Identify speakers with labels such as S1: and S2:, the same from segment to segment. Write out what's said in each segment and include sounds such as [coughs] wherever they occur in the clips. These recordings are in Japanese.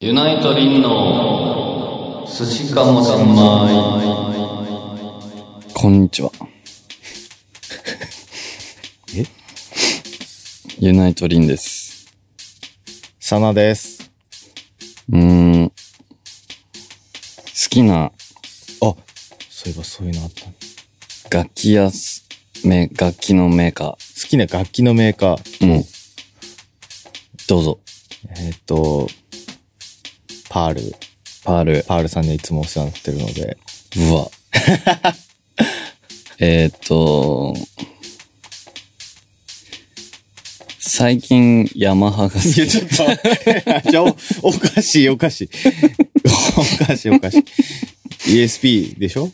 S1: ユナイトリンの寿司かもしんまい。こんに [laughs] ちは。
S2: え
S1: ユナイトリンです。
S2: サナです。
S1: うーん。好きな
S2: あ、そういえばそういうのあったね。
S1: 楽器やす、め、楽器のメーカ
S2: 好きな楽器のメーカー。
S1: ー。うん。どうぞ。
S2: えっ、と、パール。
S1: パール。
S2: パールさんにはいつもお世話になってるので。
S1: うわ。 [laughs] えーっと、最近ヤマハが好き。
S2: ょっ [laughs] と、じゃあお、おかしいおかしい。おかしいおかしい。ESP でしょ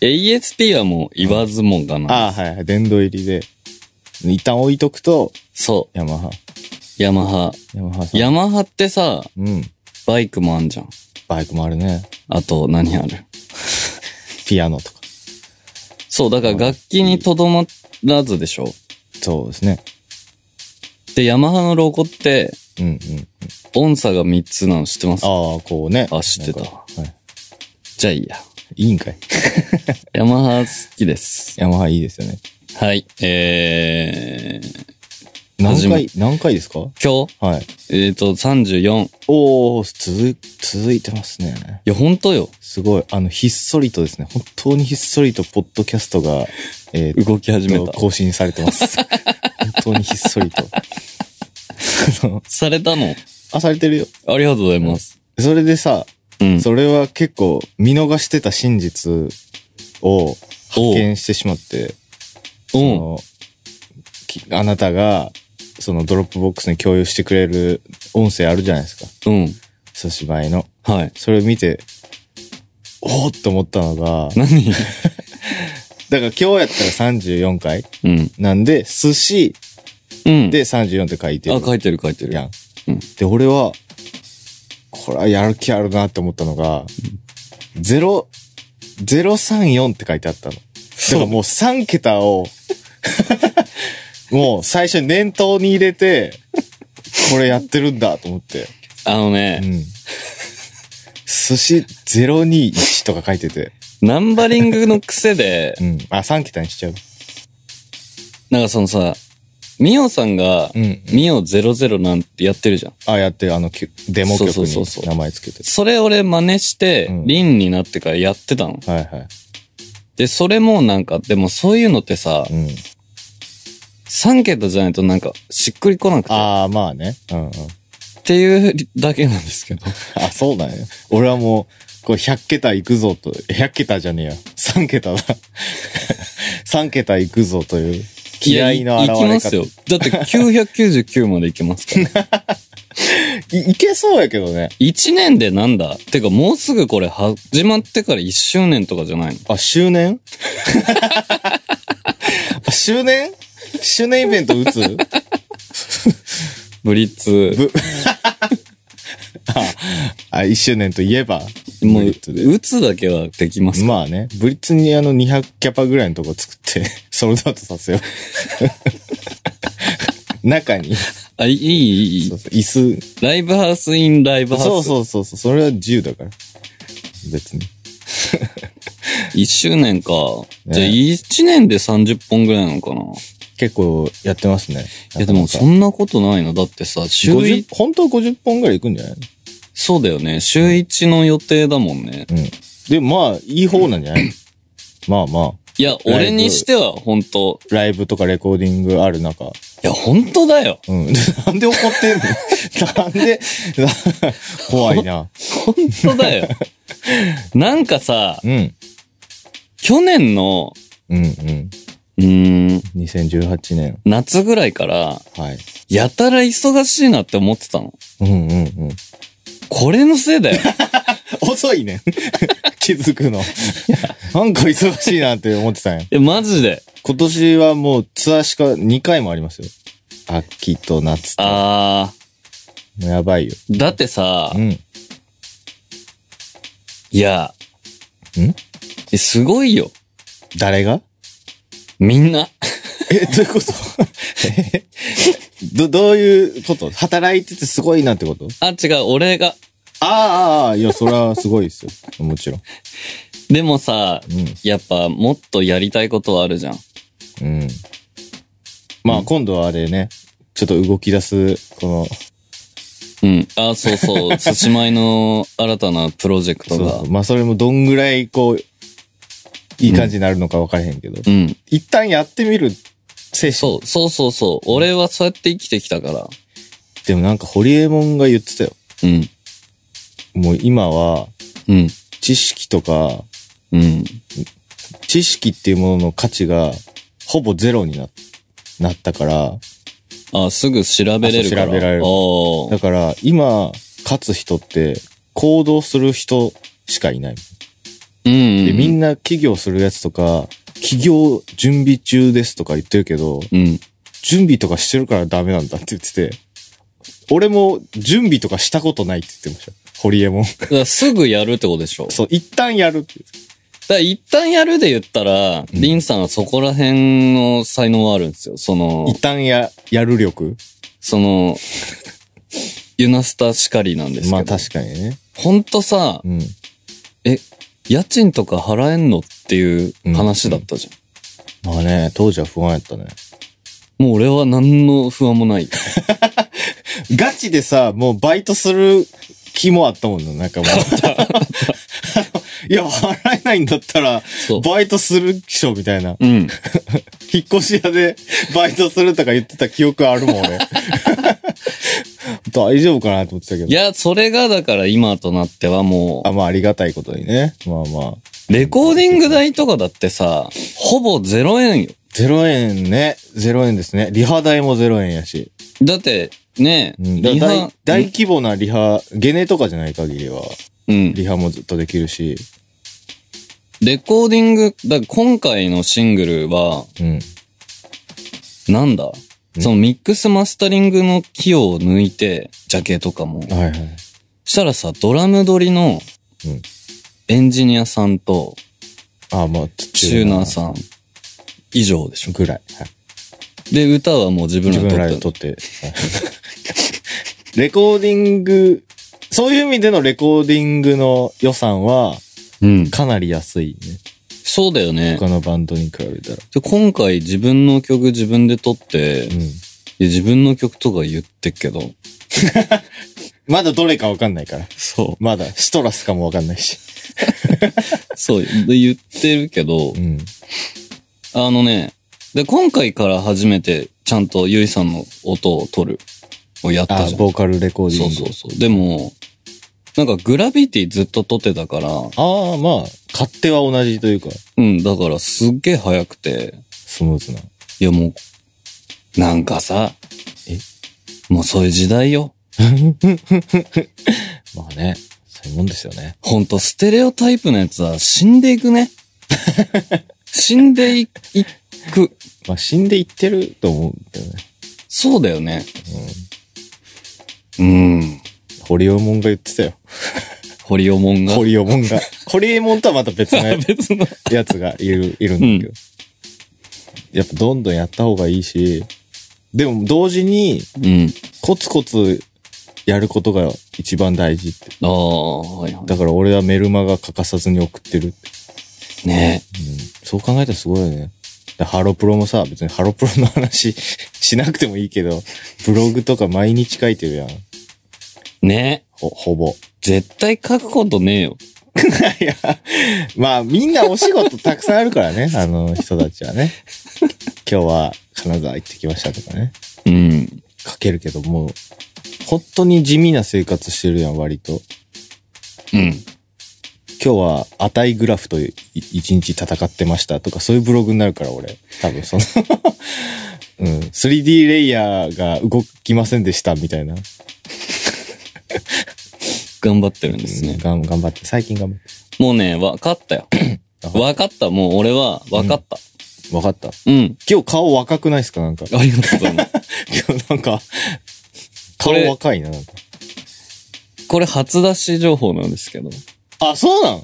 S1: ASP はもう言わずもんかな。
S2: ああ、はいはい。殿堂入りで。一旦置いとくと、
S1: そ
S2: ヤマハ。
S1: う、ヤマハ。
S2: ヤマハさん。
S1: ヤマハってさ、
S2: うん。
S1: バイクもあんじゃん。
S2: バイクもあるね。
S1: あと、何ある
S2: ピアノとか。
S1: そう、だから楽器にとどまらずでしょ。
S2: そうですね。
S1: で、ヤマハのロゴって、
S2: うんうん。
S1: 音差が3つなの知ってます
S2: ああ、こうね。
S1: あ知ってた
S2: なんかはい。
S1: じゃあいいや。
S2: いいんかい。
S1: ヤマハ好きです。
S2: ヤマハいいですよね。
S1: はい。えー、
S2: 何
S1: 初め
S2: 回、何回ですか
S1: 今日
S2: はい。
S1: えー、と、34。い
S2: おお続、続いてますね。
S1: や、本当よ。
S2: すごい。あの、ひっそりとですね、本当にひっそりと、ポッドキャストが、えー
S1: 動き始め
S2: と、
S1: た。
S2: 更新されて [laughs] ます。本当にひっそりと。あの
S1: されたの。
S2: あ、されてるよ。
S1: ありがとうございます。
S2: それでさ、
S1: うん。
S2: それは結構、見逃してた真実を発見してしまって、そ
S1: うん。
S2: のきあなたが、そのドロップボックスに共有してくれる音声あるじゃないですか。
S1: うん。
S2: 久しぶりの。
S1: はい。
S2: それを見て、おおっと思ったのが、 [laughs]
S1: 何
S2: だから今日やったら34回
S1: うん。
S2: なんで、寿司
S1: うん。
S2: で34って書いてる
S1: あ、書いてる書いてる。
S2: やん。
S1: うん
S2: で、俺は、これはやる気あるなって思ったのが、0、034って書いてあったの。だからもう3
S1: [laughs]
S2: 桁を、もう最初に念頭に入れて、これやってるんだと思って。
S1: あの
S2: う
S1: ね、
S2: ん。寿司021とか書いてて。、
S1: ナンバリングの癖で
S2: うん。あ、3桁にしちゃう。
S1: なんかそのさ、ミオさんが、
S2: ん
S1: ミオ00なんてやってるじゃん。
S2: あ、やってる、あの、きゅデモ曲
S1: そうそう
S2: に
S1: そうそう
S2: 名前つけて。
S1: それ俺真似して
S2: う、ん
S1: リンになってからやってたの。
S2: はいはい。
S1: で、それもなんか、でもそういうのってさ、
S2: うん。
S1: 3桁じゃないとなんか、しっくりこなくて、っ
S2: ああ、まあね。うんうん。
S1: ていうだけなんですけど。
S2: あ、そうだね。俺はもう、こう、100桁いくぞと、100桁じゃねえや。3桁だ。3桁いくぞという、気合いの
S1: い
S2: 現
S1: やい
S2: れ方。
S1: いきますよ。だって999までいきます
S2: [laughs]
S1: から。
S2: いいけそうやけどね。
S1: 1年でなんだてかもうすぐこれ始まってから1周年とかじゃないの
S2: あ、周年 [laughs] あ周年周年イベント打つ
S1: ブリッツ。
S2: あ、1周年といえば。
S1: もう、
S2: ブリッツで
S1: 打つだけはできます。
S2: まあね、ブリッツにあの200キャパぐらいのとこ作って、 [laughs] ソールドアウトさせよう。 [laughs] 中に、そ。
S1: あ、いい、いい、いいう
S2: そう椅子。
S1: ライブハウスインライブハウス。
S2: そうそうそうそう、それは自由だから。別に。
S1: 1周年か。
S2: ね
S1: じゃあ1年で30本ぐらいなのかな。
S2: 結構やってますね。
S1: いやでもそ
S2: なん
S1: なことないな。だってさ、週
S2: 50
S1: 1、
S2: 本当は50本ぐらいいくんじゃないの
S1: そうだよね。週1の予定だもんね。
S2: うん。で、まあ、いい方なん
S1: [clears throat]
S2: じゃないまあまあ、
S1: いや、
S2: ライブ
S1: 俺にしては本当
S2: ライブとかレコーディングある中。
S1: いや、本当だよ。
S2: うん。なんで怒ってんの [laughs] なんで、怖いな。
S1: 本当だ
S2: [laughs]
S1: よ。なんかさ、
S2: うん。
S1: 去年の、
S2: うんうん。
S1: うーん、
S2: 2018年。
S1: 夏ぐらいから、
S2: はい。
S1: やたら忙しいなって思ってたの。
S2: うんうんうん。
S1: これのせい
S2: [laughs]
S1: だよ。
S2: 遅いね。 [laughs] 気づくの。なんか忙しいなって思ってたんや。
S1: え、マジで。
S2: 今年はもうツアーしか2回もありますよ。秋と夏と。
S1: あ
S2: やばいよ。
S1: ー、だってさ
S2: う、ん。
S1: いや、
S2: ん
S1: えすごいよ。
S2: 誰が
S1: みんな。 [laughs]
S2: え、どう [laughs] いうことえど、どういうこと働いててすごいなってこと
S1: あ、違う、俺が。
S2: ああ、ああ、いや、それはすごいですよ。もちろん。
S1: でもさ、
S2: うん
S1: やっぱもっとやりたいことはあるじゃん。
S2: うん。まあ、今度はあれね、ちょっと動き出す、この、
S1: うん。あ、そう
S2: [laughs]
S1: そう。すしまいの新たなプロジェクト
S2: そう
S1: が。
S2: そうまあ、それもどんぐらい、こう、いい感じになるのか分からへんけど、
S1: うん。
S2: 一旦やってみる精神。
S1: そう、そうそうそう。俺はそうやって生きてきたから。
S2: でもなんか、ホリエモンが言ってたよ。
S1: うん。
S2: もう今は、
S1: うん。
S2: 知識とか、
S1: うん。
S2: 知識っていうものの価値が、ほぼゼロにななったから、
S1: あ、すぐ調べれるから。
S2: あそう調べられる
S1: あー
S2: だから、今、勝つ人って、行動する人しかいない。
S1: うん。
S2: で、み
S1: な。
S2: んな起業するやつとか、起業準備中ですとか言ってるけど、
S1: うん。
S2: 準備とかしてるからダメなんだって言ってて、俺も準備とかしたことないって言ってました。ホリエモン。
S1: だからすぐやるってことでしょ。だか
S2: [laughs] そう、一旦やるって。
S1: ら一旦やるで言ったら、リンさんはそこら辺の才能はあるんですよ。その、
S2: 一旦や、やる力
S1: その、ユナスタしかりなんですけど。
S2: まあ確かにね。
S1: ほんとさ、
S2: うん。
S1: 家賃とか払えんのっていう話だったじゃん。
S2: まあね、当時は不安やったね。
S1: もう俺は何の不安もない。
S2: ガチでさ、もうバイトする気もあったもんな、なんかもう。 [laughs] いや、払えないんだったら、
S1: そう。
S2: バイトするっしょ、みたいな。
S1: うん。
S2: 引っ越し屋で [laughs] バイトするとか言ってた記憶あるもん、 [laughs] 俺。大丈夫かなと思ってたけど。
S1: [laughs] いや、それがだから今となってはも
S2: あ、まあありがたいことにね。まあまあ。
S1: う、レコーディング代とかだってさ、ほぼ0円よ。
S2: 0円ね。0円ですね。リハ代も0円やし。
S1: だって、ね、
S2: うん、だ
S1: リ
S2: 大
S1: ハ、
S2: 大規模なリハ、ゲネとかじゃない限りは、
S1: うん。
S2: リハもずっとできるし。
S1: レコーディング、だ今回のシングルは、
S2: うん。
S1: なんだ
S2: ん
S1: そのミックスマスタリングの機用を抜いて、ジャケとかも。
S2: はいはい。
S1: したらさ、ドラム撮りの
S2: うん、
S1: エンジニアさんと、
S2: あ、まあ、
S1: チューナーさん、以上でしょ。
S2: ぐらい。はい
S1: で、歌はもう自分らで
S2: 自
S1: 撮
S2: 分
S1: った
S2: らで
S1: の
S2: 撮って。 [laughs] レコーディング、そういう意味でのレコーディングの予算は
S1: うん。
S2: かなり安いね。
S1: そうだよね。
S2: 他のバンドに比べたら。
S1: で今回自分の曲自分で撮って、
S2: う
S1: で
S2: ん。
S1: 自分の曲とか言ってっけど。
S2: まだどれかわかんないから。
S1: そ
S2: まだシトラスかもわかんないし。
S1: う。そう。で、言ってるけど
S2: う、ん。
S1: あのね、で、今回から初めてちゃんとゆいさんの音を撮る、をやった
S2: あ、
S1: じゃん。
S2: ボーカルレコーディン
S1: そう
S2: グ。
S1: そうそう。でも、なんかグラビティずっと撮ってたから、
S2: ああ、まあ、勝手は同じというか、
S1: うん、だからすっげえ早くて、
S2: スムーズな。
S1: いやもう、なんかさ、
S2: え
S1: もうそういう時代よ。
S2: まあね、そういうもんですよね。
S1: ほんと、ステレオタイプのやつは死んでいく [laughs] ね。死んでいいく。
S2: まあ、死んでいってると思うんだよね。
S1: そうだよね。うん。
S2: ホリエモンが言ってたよ。
S1: ホリオモンが
S2: ホ。リエモ [laughs] ンが。ホリエモンとはまた [laughs] 別の
S1: 別の。
S2: やつがいる、いるんだけど。やっぱどんどんやった方がいいし、でも同時に
S1: うん。
S2: コツコツやることが一番大事って。
S1: ああ、はいは
S2: だから俺はメルマが欠かさずに送ってるって。
S1: い。ね
S2: うん、そう考えたらすごいよね。でハロプロもさ、別にハロプロの話 [laughs] しなくてもいいけど、ブログとか毎日書いてるやん。
S1: え。ねえ。
S2: ほ、ほぼ。
S1: 絶対書くことねえよ。
S2: いや、まあみんなお仕事たくさんあるからね、 [laughs] あの人たちはね。今日は金沢行ってきましたとかね。
S1: うん。
S2: 書けるけどもう、本当に地味な生活してるやん、割と。
S1: うん。
S2: 今日は値グラフとい一日戦ってましたとか、そういうブログになるから、俺。多分その、うん、3D レイヤーが動きませんでした、みたいな。
S1: 頑張ってるんですね。
S2: がん頑張って、最近頑張って。
S1: もうね、わか [coughs] ったよ。わかった。もう俺はわかった。
S2: わかった。
S1: うん。
S2: 今日顔若くないですかなんか。 [laughs]
S1: ありがとうございます。
S2: 今日なんか、
S1: こ
S2: 顔
S1: れ
S2: 若いな、なんか。
S1: これ初出し情報なんですけど。
S2: あ、そうなん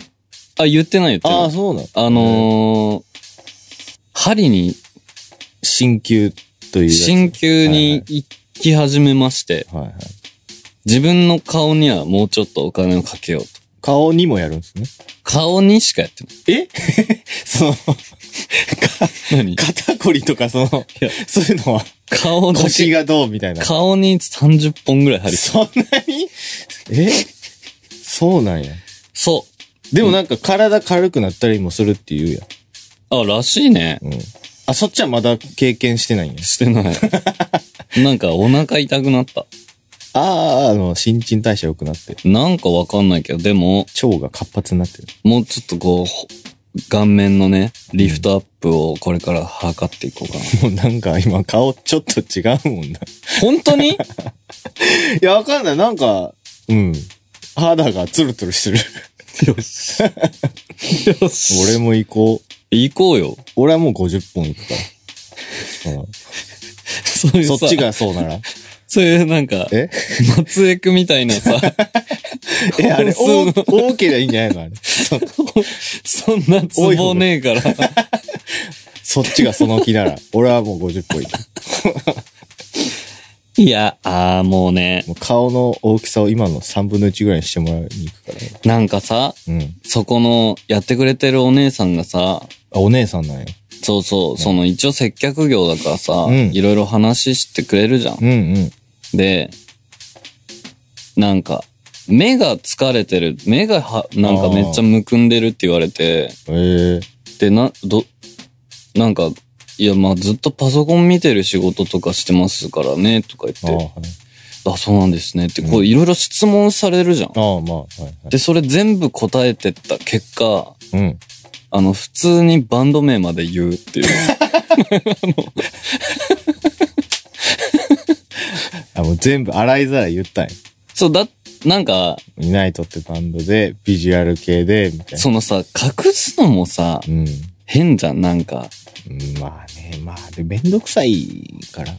S1: あ、言ってない言ってない。
S2: ああ、そうなん
S1: あのー、針に、
S2: 新旧というやつ。
S1: 進級に行き始めまして、
S2: はいはい。
S1: 自分の顔にはもうちょっとお金をかけようと。
S2: 顔にもやるんですね。
S1: 顔にしかやってない。
S2: え [laughs] その、か
S1: 何
S2: 肩こりとかその
S1: や、
S2: そういうのは、 [laughs]
S1: 顔だ
S2: 腰
S1: け。
S2: がどうみたいな。
S1: 顔に30本ぐらい貼り付け
S2: そんなにえそうなんや。
S1: そ
S2: でもなんか体軽くなったりもするって言うや
S1: う。あ、らしいね。
S2: ん。うん。あ、そっちはまだ経験してないんや。
S1: して
S2: [laughs]
S1: ない。なんかお腹痛くなった。
S2: ああ、あの、新陳代謝良くなってる。
S1: なんかわかんないけど、でも、
S2: 腸が活発になってる。 [laughs]
S1: もうちょっとこうほ、顔面のね、リフトアップをこれから測っていこうかな。
S2: もうなんか今顔ちょっと違うもんな。
S1: 本当に
S2: いや、わかんない。なんか、うん。肌がツルツルしてる。 [laughs]
S1: よし。よし。
S2: 俺
S1: 俺、
S2: も行こう。
S1: [laughs] 行こうよ。
S2: 俺はもう50本行くから。うん
S1: そういう
S2: そ
S1: さ、
S2: っちがそうなら。
S1: そういうなんか、
S2: [laughs] え
S1: 松江区みたいな [laughs] さ、
S2: え、あれ、
S1: そ
S2: お
S1: う
S2: 多けりゃいいんじゃないのあれ。そ [laughs]
S1: そんなツボねえから。
S2: そっちがその気なら。俺はもう50本行く。
S1: いや、あーもうね、
S2: もう顔の大きさを今の3分の1ぐらいにしてもらいに行くから、ね。
S1: なんかさ、
S2: うん。
S1: そこの、やってくれてるお姉さんがさ、
S2: あ、お姉さんなんや。
S1: そうそう、その一応接客業だからさ、
S2: うん
S1: いろいろ話してくれるじゃん。
S2: うんうん。
S1: で、なんか、目が疲れてる、目がは、なんかめっちゃむくんでるって言われて、
S2: ええ
S1: で、な、ど、なんか、いや、まあずっとパソコン見てる仕事とかしてますからね、とか言
S2: あ
S1: っ
S2: あ、は
S1: て、
S2: い。
S1: あそうなんですねって、
S2: うん
S1: こういろいろ質問されるじゃん。
S2: ああ、まあ、はい、はい。
S1: で、それ全部答えてった結果、
S2: うん。
S1: あの、普通にバンド名まで言うっていう。
S2: あ、もう全部洗いざらい言ったんや。
S1: そう、だ、なんか、
S2: ユナイトってバンドで、ビジュアル系で、みたいな。
S1: そのさ、隠すのもさ、
S2: うん。
S1: 変じゃん、なんか。
S2: うんまあね、まあ、で、めんどくさいから。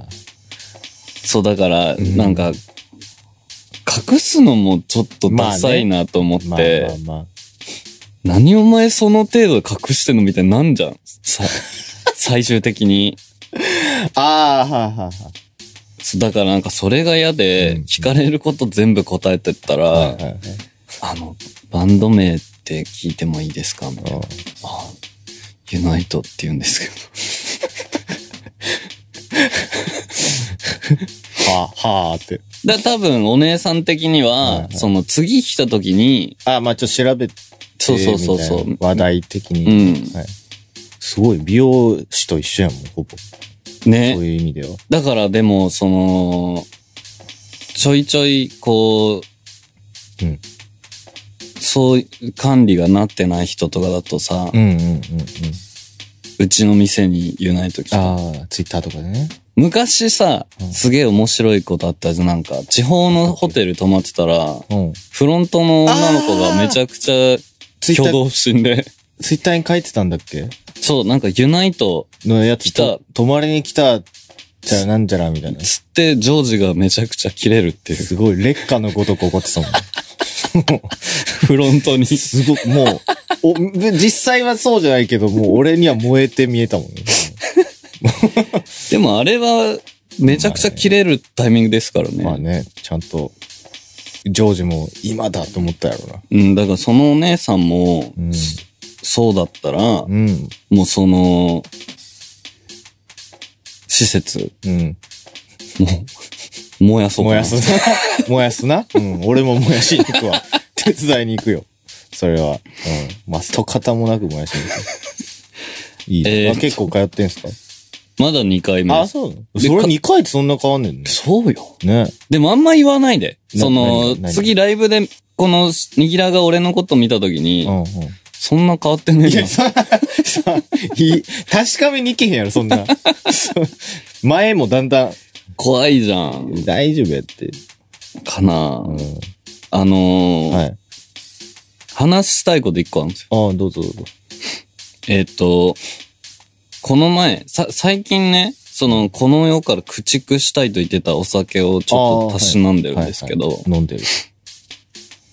S1: そう、だから、
S2: ん
S1: なんか、隠すのもちょっとダサいなと思って、
S2: まあまあまあ。
S1: 何お前その程度隠してんのみたいになんじゃん。
S2: [laughs]
S1: さ、最終的に。
S2: ああ、はあ、はあ、は
S1: そうだからなんかそれが嫌で、
S2: うん
S1: 聞かれること全部答えてったら、
S2: あ。はいはいはい。
S1: あの、バンド名って聞いてもいいですかみたいな。
S2: うん
S1: あユナイトって言うんですけど。
S2: はあ、はあって。
S1: [laughs] だから多分お姉さん的には、
S2: はいはい
S1: その次来た時に、
S2: ああ、まあちょっと調べて、
S1: そうそうそうそう
S2: みたいな話題的
S1: う
S2: に。
S1: ん。
S2: はい。すごい、美容師と一緒やもん、ほぼ。
S1: ね
S2: そう。いう意味では。
S1: だからでも、その、ちょいちょい、こう、
S2: うん
S1: そう、管理がなってない人とかだとさ、う
S2: うんうんうんうん。
S1: ちの店にユナイト来た。
S2: ああ、ツイッターとかでね。
S1: 昔さ
S2: う、ん
S1: すげえ面白いことあったじゃん。なんか、地方のホテル泊まってたら、
S2: うん。
S1: フロントの女の子がめちゃくちゃ
S2: ツイッター
S1: 挙動不審で、
S2: ツイッターに書いてたんだっけ
S1: [laughs] そう、なんかユナイト
S2: のやつ
S1: 来た
S2: と、泊まりに来た、じゃあなんじゃらみたいな。
S1: つってジョージがめちゃくちゃ切れるっていう。
S2: すごい、劣化のごとく怒ってたもん。
S1: フロントに。
S2: すごく、もう、お、実際はそうじゃないけど、もう俺には燃えて見えたもんね。
S1: でもあれは、めちゃくちゃ切れるタイミングですからね。
S2: まあね、ちゃんと、ジョージも今だと思ったやろな。
S1: うん、だからそのお姉さんも、
S2: うん
S1: そそうだったら、
S2: うん。
S1: もうその、施設、
S2: うん。
S1: もう、燃やそうか
S2: 燃
S1: な
S2: やすな。
S1: [laughs]
S2: 燃やすな。うん。俺も燃やしに行くわ。 [laughs] 手伝いに行くよ。それは。うん。まあ、と方もなく燃やしに行く。いい、
S1: えー
S2: あ結構通ってんすか、
S1: まだ2回
S2: あ、
S1: 目。
S2: そうなのそれ2回ってそんな変わんねんね。
S1: そうよ。
S2: ね。
S1: でもあんま言わないで。
S2: な
S1: その
S2: 何、何
S1: 次ライブで、この、ニギラが俺のこと見たときに、
S2: うんうん。
S1: そんな変わってね
S2: い
S1: え
S2: や、
S1: な。
S2: さ、さ、い、確かめに行けへんやろ、そんな。 [laughs] そう前もだんだん、
S1: 怖いじゃん。
S2: 大丈夫やって。
S1: かな、
S2: うん。
S1: あのー
S2: はい。
S1: 話したいこと一個あるんですよ。
S2: ああ、どうぞどうぞ。
S1: えっ、と、この前、さ、最近ね、その、この世から駆逐したいと言ってたお酒をちょっと
S2: あー
S1: たしなんでるんですけど、
S2: はいはい飲んでる。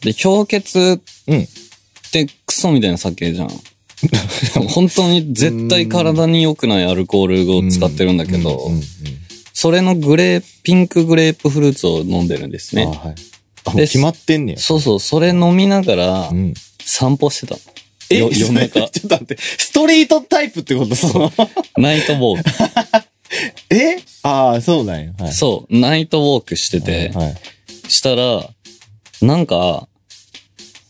S1: で、氷結
S2: うん
S1: ってクソみたいな酒
S2: [laughs]
S1: じゃん。本当に絶対体に良くないアルコールを使ってるんだけど、
S2: うんうんうん
S1: それのグレー、ピンクグレープフルーツを飲んでるんです
S2: あ
S1: ね。
S2: あはい。あ、もう決まってんねや。
S1: そうそう、それ飲みながら
S2: うん。
S1: 散歩してたの。
S2: え、
S1: よ
S2: そ
S1: 夜
S2: れ [laughs] ちょ
S1: 中
S2: っ。と待って、ストリートタイプってこと [laughs] その
S1: ナイトウォーク。
S2: えああ、そうなんや。はい。
S1: そう、ナイトウォークしてて、
S2: はい。
S1: したら、なんか、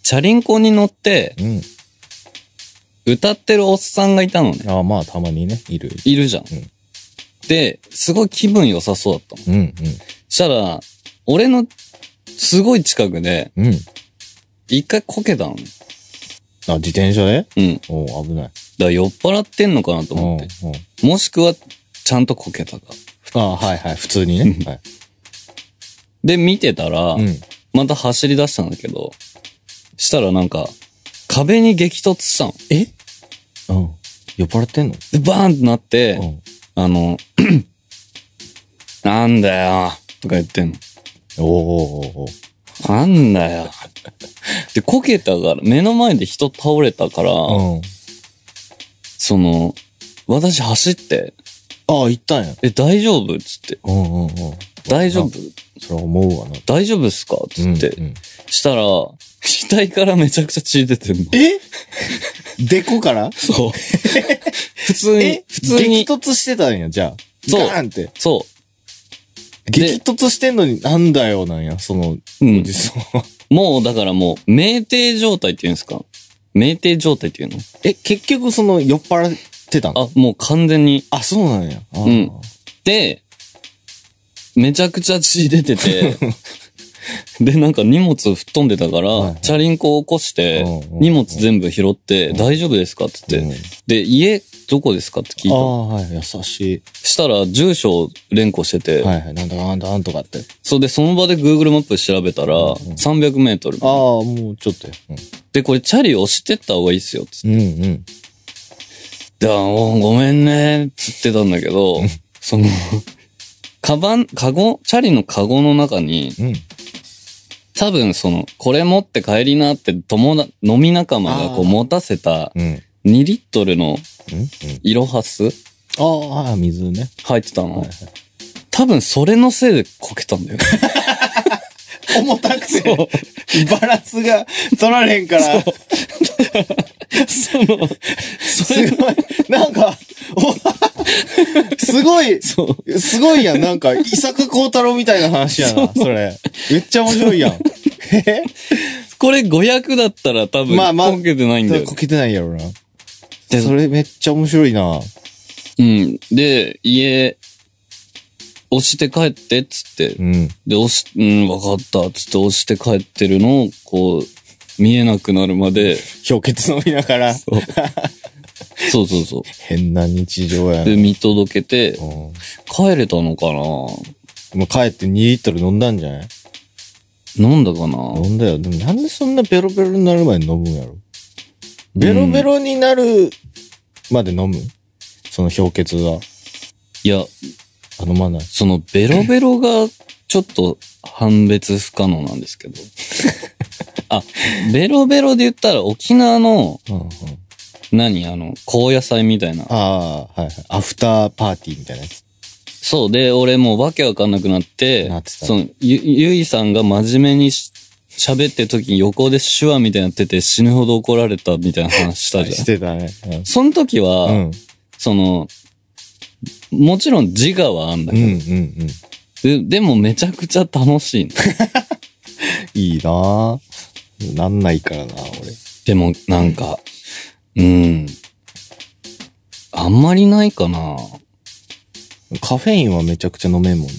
S1: チャリンコに乗って
S2: うん。
S1: 歌ってるおっさんがいたのね。
S2: ああ、まあ、たまにね、いる。
S1: いるじゃん。
S2: ん
S1: で、すごい気分良さそうだったの。
S2: うん、
S1: したら、俺のすごい近くで、
S2: うん。うん。
S1: 一回こけたのね。
S2: あ、自転車で
S1: うん。だか
S2: おう危ない。
S1: ら酔っ払ってんのかなと
S2: うん、
S1: 思
S2: う
S1: って。
S2: ん。
S1: もしくは、ちゃんとこけたか。
S2: ああ、はいはい。普通にね。はい。
S1: で、見てたら、
S2: うん。
S1: また走り出したんだけど、したらなんか、壁に激突したの。
S2: えうん。酔っ払ってんの
S1: で、バーンってなって、
S2: ん。
S1: あの、 [clears throat] なんだよ、とか言ってんの。
S2: おーおーおー
S1: なんだよ。で、こけたから、目の前で人倒れたから、
S2: おー。うん。
S1: その、私走って、
S2: ああ、行ったんや。
S1: え、大丈夫っつって、
S2: うんうんうん。
S1: 大丈夫
S2: それは思うわな。
S1: 大丈夫っすかっつって、
S2: うんうん
S1: したら、額からめちゃくちゃ血出てんの。
S2: え [laughs] でこから
S1: [laughs] そう。普通に
S2: え、
S1: 普通に
S2: 激、突してたんや、じゃあ。
S1: そう
S2: ガーンって。
S1: そ
S2: 激突してんのになんだよ、なんや、そ
S1: う。
S2: の、
S1: う
S2: お
S1: ん。
S2: じさんは。
S1: もう、だからもう、酩酊状態って言うんですか酩酊状態っていうの
S2: [laughs] え、結局その、酔っ払ってたん
S1: あ、もう完全に。
S2: あ、そうなんや。あー
S1: うんで、めちゃくちゃ血出て
S2: [laughs]
S1: て、で、なんか荷物吹っ飛んでたから、
S2: はいはい
S1: チャリンコを起こして、
S2: うんうん
S1: 荷物全部拾って、
S2: ん
S1: 大丈夫ですかって言って、
S2: うん
S1: で、家どこですかって聞い
S2: あ
S1: た。
S2: あ、はい、優し
S1: したら、住所を連呼してて、
S2: い。はいはい、なんだかなんだなんとかって。
S1: それでその場で Google マップ調べたら、300メートル。
S2: ああ、もうちょっとや。
S1: で、これチャリ押してった方がいいっすよ、つって
S2: うん、うん、うん。
S1: で、あもうごめんね、つってたんだけ
S2: [laughs]
S1: ど、その、カバン、カゴ、チャリのカゴの中に、
S2: うん。
S1: 多分その、これ持って帰りなって友だ、飲み仲間がこ
S2: あー
S1: う持たせた
S2: うん。うん。
S1: 2リットルの
S2: うん。
S1: イロハス
S2: ああ、はい水ね。
S1: 入ってたの。
S2: はいはい
S1: 多分それのせいでこけたんだ
S2: [laughs]
S1: よね。
S2: [laughs] 重たくて、バランスが取られへんから、
S1: その、それ
S2: すごい、なんか、おすごい、
S1: そう。
S2: すごいやん。なんか、伊坂幸太郎みたいな話やな、 [laughs] それ。めっちゃ面白いやん。え
S1: これ500だったら多分
S2: まあまあ
S1: こけてないんだよね
S2: こ。けてないやろな。
S1: で
S2: それめっちゃ面白いな。
S1: うん。で、家、押して帰って、っつって
S2: う。ん。
S1: で、押し、うん、わかった、つって押して帰ってるのを、こう、見えなくなるま
S2: [laughs]
S1: で、
S2: 氷結飲みながら、
S1: そうそうそうそ
S2: [laughs] 変な日常や
S1: う。
S2: な。
S1: で、
S2: うん
S1: 見届けて、
S2: も
S1: 帰れたのか
S2: う帰って2リットル飲んだんじゃない
S1: な飲んだかな
S2: 飲んだよ。でもなんでそんなベロベロになる前に飲むんやろベロベロになるまで飲むその氷結は。
S1: いや、
S2: あ飲まない。
S1: その、ベロベロが、ちょっと、判別不可能なんです
S2: [laughs]
S1: けど。あ、ベロベロで言ったら、沖縄の、
S2: うんうん、
S1: 何、あの、高野菜みたいな。
S2: ああ、はいはい。アフターパーティーみたいなやつ。
S1: そうで、俺もうわけわかんなくなって、
S2: なってた
S1: その、ゆ、ゆいさんが真面目にし喋ってる時に横で手話みたいになってて死ぬほど怒られたみたいな話したじゃ
S2: し
S1: ん。
S2: てたね。
S1: その時は、
S2: うん。うん。
S1: その、もちろん自我はあんだ
S2: うんうん
S1: け
S2: うん。
S1: ど、ででもめちゃくちゃ楽しいの。
S2: いいなぁ。なんないからな俺。
S1: でもなんか、うん。あんまりないかな。
S2: カフェインはめちゃくちゃ飲めんもんね。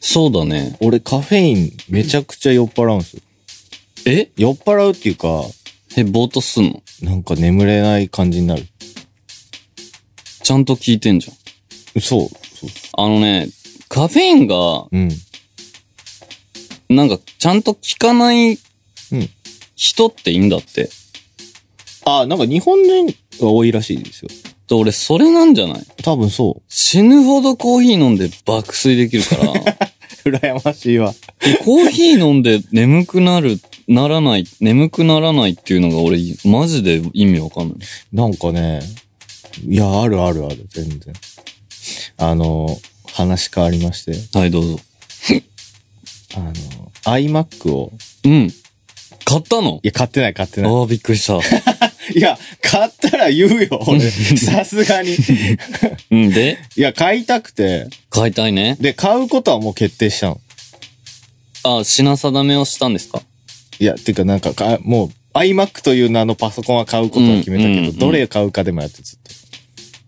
S1: そうだね。
S2: 俺カフェインめちゃくちゃ酔っ払うんすよ。
S1: え
S2: 酔っ払うっていうか、
S1: え、ぼーっとすんの
S2: なんか眠れない感じになる。
S1: ちゃんと聞いてんじゃん。
S2: そう。そう
S1: あのね、カフェインが、
S2: うん。
S1: なんか、ちゃんと聞かない
S2: うん
S1: 人っていいんだって。
S2: あ、なんか日本人が多いらしいですよ。
S1: で俺、それなんじゃない
S2: 多分そ
S1: 死ぬほどコーヒー飲んで爆睡できるから。
S2: [laughs] う。羨ましいわ。
S1: でコーヒー飲んで眠くなる、ならない、眠くならないっていうのが俺、マジで意味わかんない。
S2: なんかね、いや、あるあるある、全然。あの、話変わりまして、
S1: はい、どうぞ。
S2: あの、iMac を、
S1: うん。買ったの
S2: いや、買ってない、買ってない。
S1: ああ、びっくりした。
S2: いや、買ったら言うよ、 [laughs] 俺。さすがに。い
S1: [laughs] うん、で、
S2: や、買いたくて。
S1: 買いたいね。
S2: で、買うことはもう決定したの。
S1: ああ、品定めをしたんですか
S2: いや、てかなんかか、もう、iMac という名のパソコンは買うことを決めたけど、
S1: うんうんうん
S2: どれ買うかでもやってずっ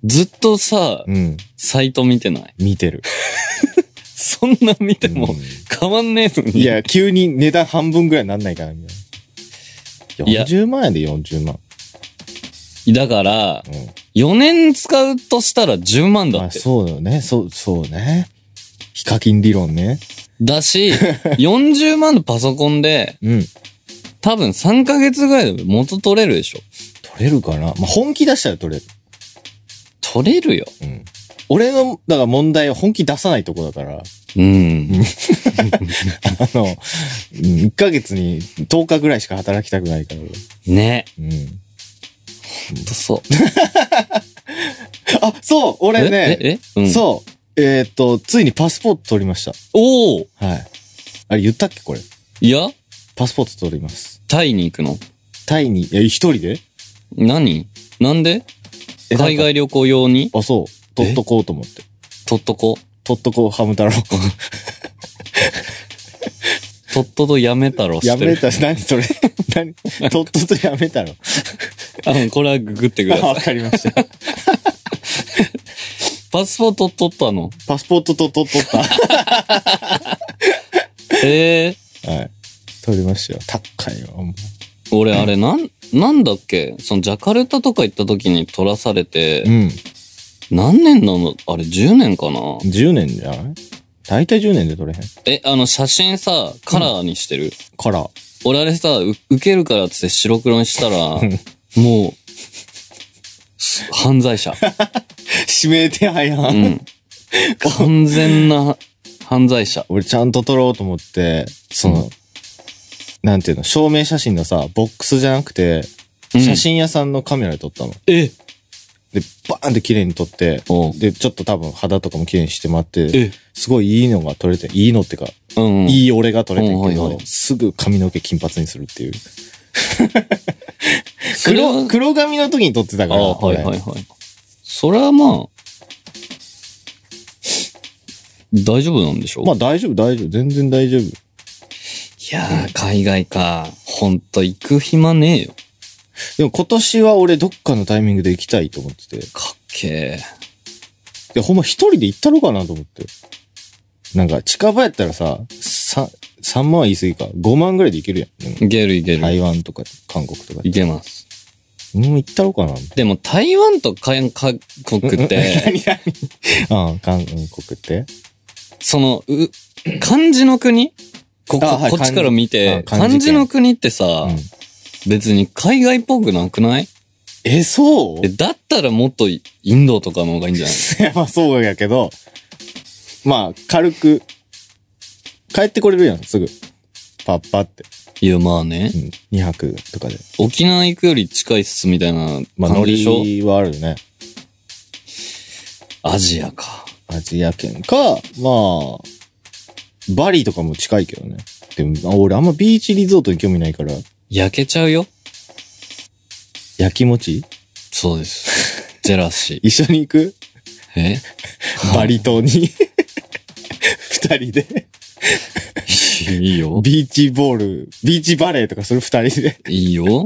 S1: ずっとさ
S2: と。、うん。
S1: サイト見てない。
S2: 見てる。
S1: そんな見て [laughs] も
S2: うん
S1: 変わんねえのに。
S2: いや、急に値段半分ぐらいなんないかな、みたい
S1: いや
S2: な。40万円で40万。
S1: だから、
S2: うん。
S1: 4年使うとしたら10万だ
S2: まあ、
S1: って。
S2: そうだよね。そう、そうね。ヒカキン理論ね。
S1: だ
S2: [laughs]
S1: し、40万のパソコンで、
S2: うん。
S1: 多分3ヶ月ぐらいで元取れるでしょ。
S2: 取れるかなまあ、本気出したら取れる。
S1: 取れるよ。
S2: うん。俺の、だから問題は本気出さないとこだから、あ [laughs]
S1: うん。
S2: の、うん1ヶ月に10日ぐらいしか働きたくないから、俺
S1: ね。
S2: うん。
S1: ほんとそう。
S2: あ、そう俺ね、
S1: えええうん。う。
S2: そう、えーっと、ついにパスポート取りました。
S1: おお
S2: はい。あれ言ったっけこれ。
S1: いや
S2: パスポート取ります。
S1: タイに行くの
S2: タイに、え、一人で
S1: 何なんで
S2: え
S1: 海
S2: なん
S1: 外旅行用に
S2: かあ、そう。取っとこうと思って。
S1: とっとこ。
S2: 取っとこう、ハム
S1: [laughs]
S2: 太郎。
S1: とっととやめたろし
S2: や
S1: て
S2: め
S1: る。
S2: たし、何それ。 [laughs] 何とっととやめた
S1: [laughs]
S2: の。
S1: あのこれはググってくだ
S2: あ
S1: さ
S2: わ
S1: い。
S2: かりました。
S1: パスポート取ったの。
S2: パスポートと取っとった。
S1: ええ
S2: はい。取りましたよ。高いよ。もう
S1: 俺あれなん、なんだっけそのジャカルタとか行った時に取らされ
S2: う
S1: て、
S2: ん。
S1: 何年なのあれ10年かな
S2: 10年じゃない大体10年で取れへん
S1: え、あの写真さ、カラーにしてる。
S2: から。
S1: 俺あれさ、う受けるからっつって白黒にしたら
S2: ん、
S1: もう、す犯罪者。
S2: 指名手配や。
S1: うん
S2: [laughs]
S1: ん。完全な犯罪者。
S2: 俺ちゃんと取ろうと思って、その、
S1: う
S2: なんていうの、証明写真のさ、ボックスじゃなくて、
S1: うん
S2: 写真屋さんのカメラで撮ったの。
S1: え
S2: で、バーンって綺麗に撮って、
S1: おう
S2: で、ちょっと多分肌とかも綺麗にしてもらって
S1: え、
S2: すごいいいのが撮れて、いいのってか、
S1: うん。
S2: いい俺が撮れてる
S1: うんは
S2: け
S1: いは
S2: ど
S1: い、
S2: すぐ髪の毛金髪にするっていう。
S1: それは
S2: 黒、黒髪の時に撮ってた
S1: あ
S2: から、
S1: あ、はいは
S2: 俺
S1: いはい。それはまあ、大丈夫なんでしょ
S2: まあ大丈夫、大丈夫。全然大丈夫。
S1: いやー、海外か。ほんと、行く暇ねえよ。
S2: でも今年は俺どっかのタイミングで行きたいと思ってて。
S1: かっけ
S2: で、ほんま一人で行ったろかなと思って。なんか近場やったらさ、さ、3万は言い過ぎか。5万ぐらいで行けるやん。でも
S1: え。いけるいける。
S2: 台湾とか韓国とかで。
S1: いけます。
S2: うん、行ったろかな。
S1: でも、台湾と韓韓国って、
S2: 何何うん、韓国って
S1: その、う、漢字の国ここ
S2: あはい
S1: こっちから見て、
S2: 漢字あ漢字
S1: 漢字の国ってさ、
S2: うん
S1: 別に海外っぽくなくない
S2: え、そう
S1: えだったらもっとインドとかの方がいい
S2: [laughs]
S1: んじゃない
S2: まあそうやけど、まあ軽く、帰ってこれるやん、すぐ。パッパって。
S1: いや、まあね
S2: う。ん、2泊とかで。
S1: 沖縄行くより近いっすみたいな
S2: まあ
S1: 感
S2: ノ
S1: じでしょ、
S2: リはあるよね。
S1: アジアか。
S2: アジア圏か、まあ、バリとかも近いけどね。でも、俺あんまビーチリゾートに興味ないから、
S1: 焼けちゃうよ。
S2: 焼きもち
S1: そう
S2: [laughs]
S1: です。ジェラシ
S2: 一緒に行く
S1: ー。え
S2: バリ島に。 [laughs] 二人で。
S1: いいよ。
S2: ビーチボール、ビーチバレーとかする二人で。
S1: いいよ。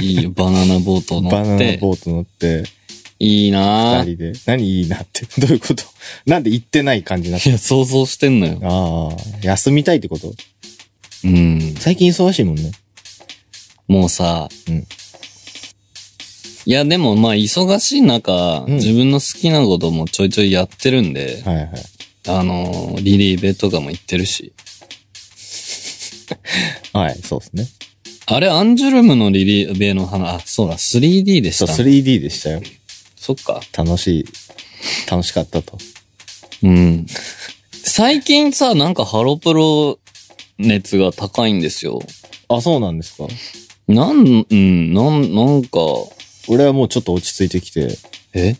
S1: いいよ。バナナボート乗
S2: バナ
S1: っ
S2: ナ
S1: て。
S2: ボート乗って、
S1: いいな
S2: 二
S1: ぁ。
S2: 人で。何いいなって。 [laughs] どういうことなんで行ってない感じになって
S1: いや、想像してんのよ。
S2: ああ、休みたいってこと
S1: うん。
S2: 最近忙しいもんね。
S1: もうさ。
S2: うん
S1: いや、でもまあ、忙しい中、
S2: うん
S1: 自分の好きなこともちょいちょいやってるんで、
S2: はいはい。
S1: あのー、リリーベとかも行ってるし。
S2: はい、そうですね。
S1: あれ、アンジュルムのリリーベの花、あ、そうだ、3D でし
S2: そう、
S1: た。
S2: 3D でしたよ。
S1: そっか。
S2: 楽しい。楽しかったと。
S1: うん。最近さ、なんかハロプロ熱が高いんですよ。
S2: あ、そうなんですか
S1: なん、うん、なん、なんか、
S2: 俺はもうちょっと落ち着いてきて、
S1: え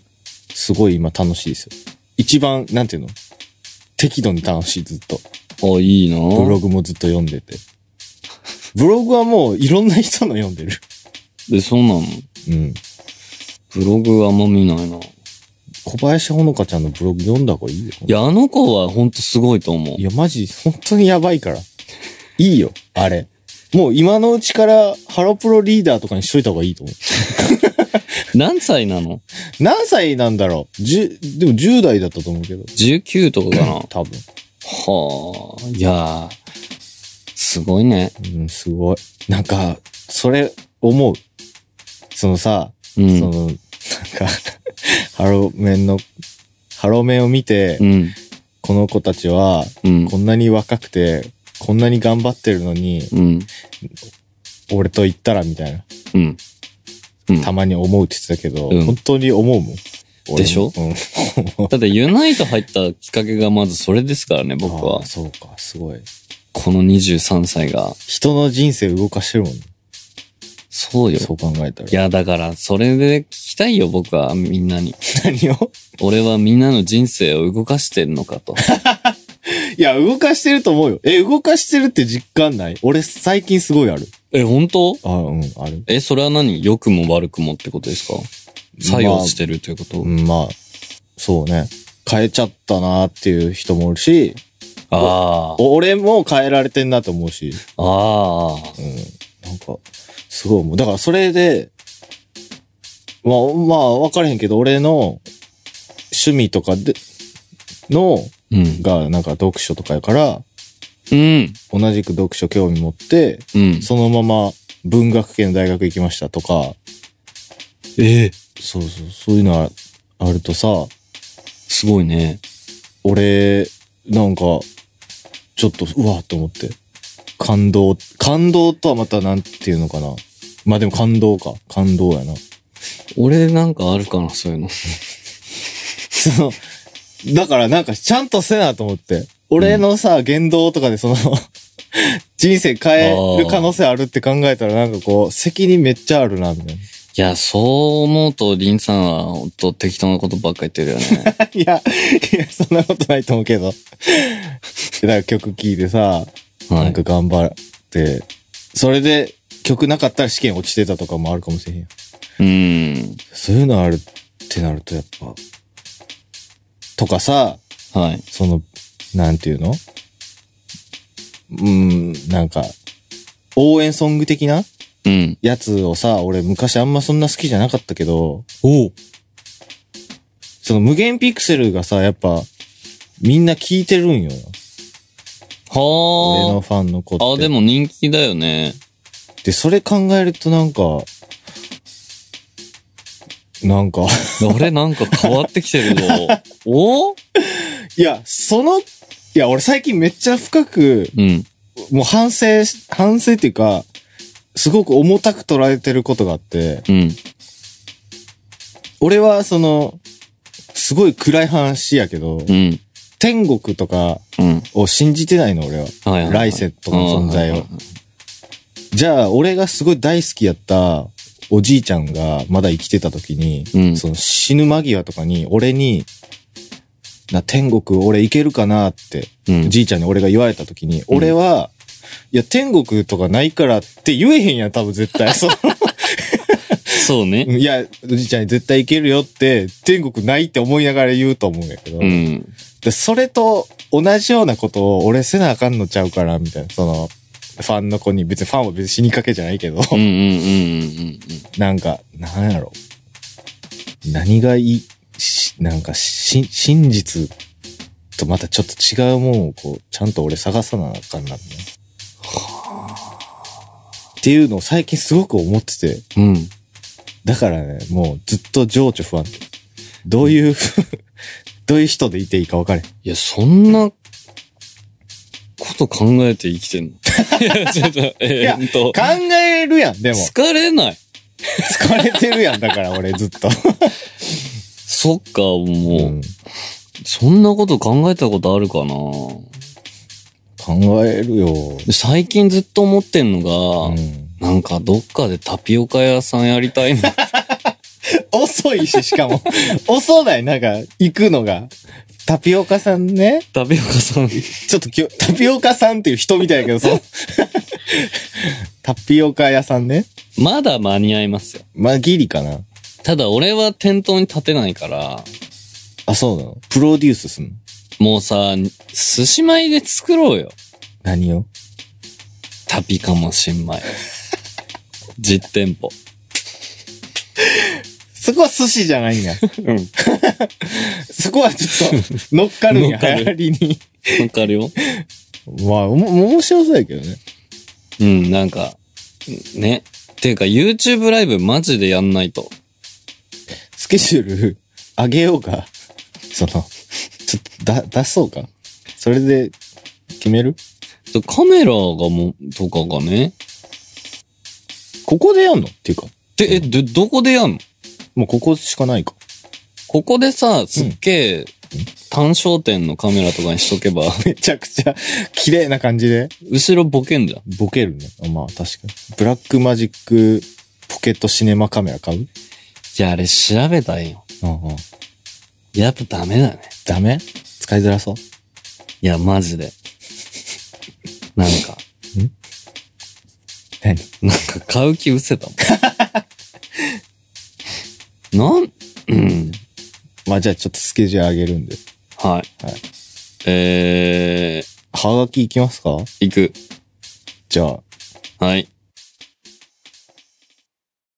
S2: すごい今楽しいですよ。一番、なんていうの適度に楽しい、ずっと。
S1: あ、いいな
S2: ブログもずっと読んでて。ブログはもういろんな人の読んでる。 [laughs]
S1: え、そうなの
S2: うん。
S1: ブログあんま見ないな。い
S2: 小林ほのかちゃんのブログ読んだ方がいいよ。
S1: や、あの子はほんとすごいと思う
S2: い。や、マジ、本当にやばいから。いいよ、あれ。もう今のうちからハロプロリーダーとかにしといた方がいいと思
S1: 何歳なの
S2: う。何歳なんだろう十、でも10代だったと思うけど。
S1: ?19 とかかな
S2: 多分。
S1: はあ、いやー、すごいね。
S2: うん、すごい。なんか、それ、思う。そのさ、
S1: うん。
S2: その、なんか、ハロメンの、ハロメンを見て、
S1: うん。
S2: この子たちは、
S1: うん。
S2: こんなに若くて、こんなに頑張ってるのに、
S1: うん。
S2: 俺と言ったらみたいな。
S1: うん。うん
S2: たまに思うって言ってたけど、
S1: うん
S2: 本当に思うもん。俺も
S1: でしょ
S2: うん。
S1: だってユナイト入ったきっかけがまずそれですからね、 [laughs] 僕
S2: あ
S1: は
S2: ー。 [laughs] そうか、すごい。
S1: この23歳が。
S2: 人の人生動かしてるもん、ね、
S1: そうよ。
S2: そう考えたら。
S1: いや、だから、それで聞きたいよ、僕は、みんなに。
S2: 何を
S1: 俺はみんなの人生を動かしてんのかと。
S2: いや、動かしてると思うよ。え、動かしてるって実感ない俺、最近すごいある。
S1: [laughs] え、本当
S2: あうん、ある。
S1: え、それは何良くも悪くもってことですか作用してるということ、
S2: うん、まあ、そうね。変えちゃったなっていう人もいるし、
S1: あ
S2: お俺も変えられてんなと思うし、
S1: あ。ああ。
S2: うん。なんか、すごい思う。だからそれで、まあ、まあ、わからへんけど、俺の趣味とかで、の、
S1: うん。
S2: が、なんか読書とかやから、
S1: うん。
S2: 同じく読書興味持って、
S1: うん。
S2: そのまま文学系の大学行きましたとか、
S1: ええ
S2: そうそう、そういうのはあるとさ、
S1: すごいね。
S2: 俺、なんか、ちょっと、うわーって思って。感動、感動とはまたなんていうのかな。まあでも感動か。感動やな。
S1: 俺なんかあるかな、そういうの。
S2: その、だからなんかちゃんとせなと思って。俺のさ、言動とかでその、人生変える可能性あるって考えたらなんかこう、責任めっちゃあるな、みたい
S1: いや、そう思うと、リンさんは、ほんと適当なことばっかり言ってるよ [laughs] ね。
S2: な。 [laughs] いや、いや、そんなことないと思う [laughs] けど。だから曲聴いてさ、
S1: は
S2: ないん。か頑張って、それで曲なかったら試験落ちてたとかもあるかもしれへんやん。
S1: うん。
S2: そういうのあるってなるとやっぱ、とかさ、
S1: はい。
S2: その、なんていうのうん、なんか、応援ソング的な
S1: うん。
S2: やつをさ、俺昔あんまそんな好きじゃなかったけど、
S1: お
S2: その無限ピクセルがさ、やっぱ、みんな聞いてるんよな。俺
S1: は
S2: のファンの子って。
S1: あ。あ、でも人気だよね。
S2: で、それ考えるとなんか、なんか、 [laughs]
S1: 俺なんか変わってきてるぞ。お
S2: いや、その、いや、俺最近めっちゃ深く、
S1: うん。
S2: もう反省し、反省っていうか、すごく重たく捉えてることがあって、
S1: うん。
S2: 俺はその、すごい暗い話やけど、
S1: うん。
S2: 天国とか
S1: うん。
S2: を信じてないの、俺は。
S1: はいはい、はい。
S2: 来世とかの存在
S1: うん
S2: を。じゃあ、俺がすごい大好きやったおじいちゃんがまだ生きてた時に、
S1: うん
S2: その死ぬ間際とかに、俺に、な、天国俺行けるかなって、
S1: うん
S2: じいちゃんに俺が言われた時に、俺は、いや、天国とかないからって言えへんやん、多分
S1: [laughs]
S2: 絶対。そう
S1: そうね。
S2: いや、おじいちゃんに絶対行けるよって、天国ないって思いながら言うと思うんやけど、
S1: うん。
S2: で、それと同じようなことを俺せなあかんのちゃうから、みたいな、その、ファンの子に、別にファンは別に死にかけじゃないけど、
S1: うんうんうんうんうん
S2: なんか、なんやろ。何がいい、しなんか、し、真実とまたちょっと違うもんをこう、ちゃんと俺探さなあかんなってね。っていうのを最近すごく思ってて、
S1: うん。うん。
S2: だからね、もうずっと情緒不安定。どういう、 [laughs] どういう人でいていいか分かれん。
S1: いや、そんな、こと考えて生きてんの [laughs] いや、ちょっと、えー、っと、
S2: 考えるやん、
S1: [laughs]
S2: でも。
S1: 疲れない。
S2: 疲れてるやん、だから俺ずっと。
S1: そっか、もう、
S2: うん
S1: そんなこと考えたことあるかな
S2: 考えるよ。
S1: 最近ずっと思ってんの
S2: う
S1: が、
S2: ん
S1: なんかどっかでタピオカ屋さんやりたいな。
S2: [laughs] 遅いし、しかも。遅ない、なんか、行くのが。タピオカさんね。
S1: タピオカさん。
S2: ちょっときょタピオカさん [laughs] っていう人みたいやけど、そのタピオカ屋さんね。
S1: まだ間に合いますよ。
S2: まあ、ギリかな。
S1: ただ俺は店頭に立てないから、
S2: あ、そうなのプロデュースすんの
S1: もうさ、寿司米で作ろうよ。
S2: 何を
S1: タピカも新米。実店舗。
S2: そこは寿司じゃないんや。
S1: うん。
S2: [laughs] そこはちょっと、乗っかるん
S1: 乗
S2: や、
S1: っかる
S2: 流行りに。
S1: わかるよ。
S2: まあ、おも、面白そうやけどね。
S1: うん、なんか、ね。ていうか YouTube ライブマジでやんないと。
S2: スケジュール、上げようか。その、ちょっと、だ、出そうか。それで、決める
S1: でカメラがもう、とかがね。
S2: ここでやんのっていうか、
S1: で、え、ど、どこでやんの
S2: もうここしか [laughs] ないか。
S1: ここでさ、すっげえ、単焦点のカメラとかにしとけば、 [laughs]
S2: めちゃくちゃ、綺麗な感じで、
S1: 後ろボケんじゃん。
S2: ボケるね。あまあ、確かに。ブラックマジック、ポケットシネマカメラ買う
S1: いや、あれ調べたんよ。
S2: うんうん。
S1: やっぱダメだね。
S2: ダメ使いづらそう
S1: いや、マジで。なんか、
S2: 何
S1: なんか買う気失せたもん。 [laughs] なん、うん。
S2: まあ、じゃあちょっとスケジュール上げるんで。
S1: はい。
S2: はい
S1: え
S2: はがきいきますか
S1: ー、行く。
S2: じゃあ、
S1: はい。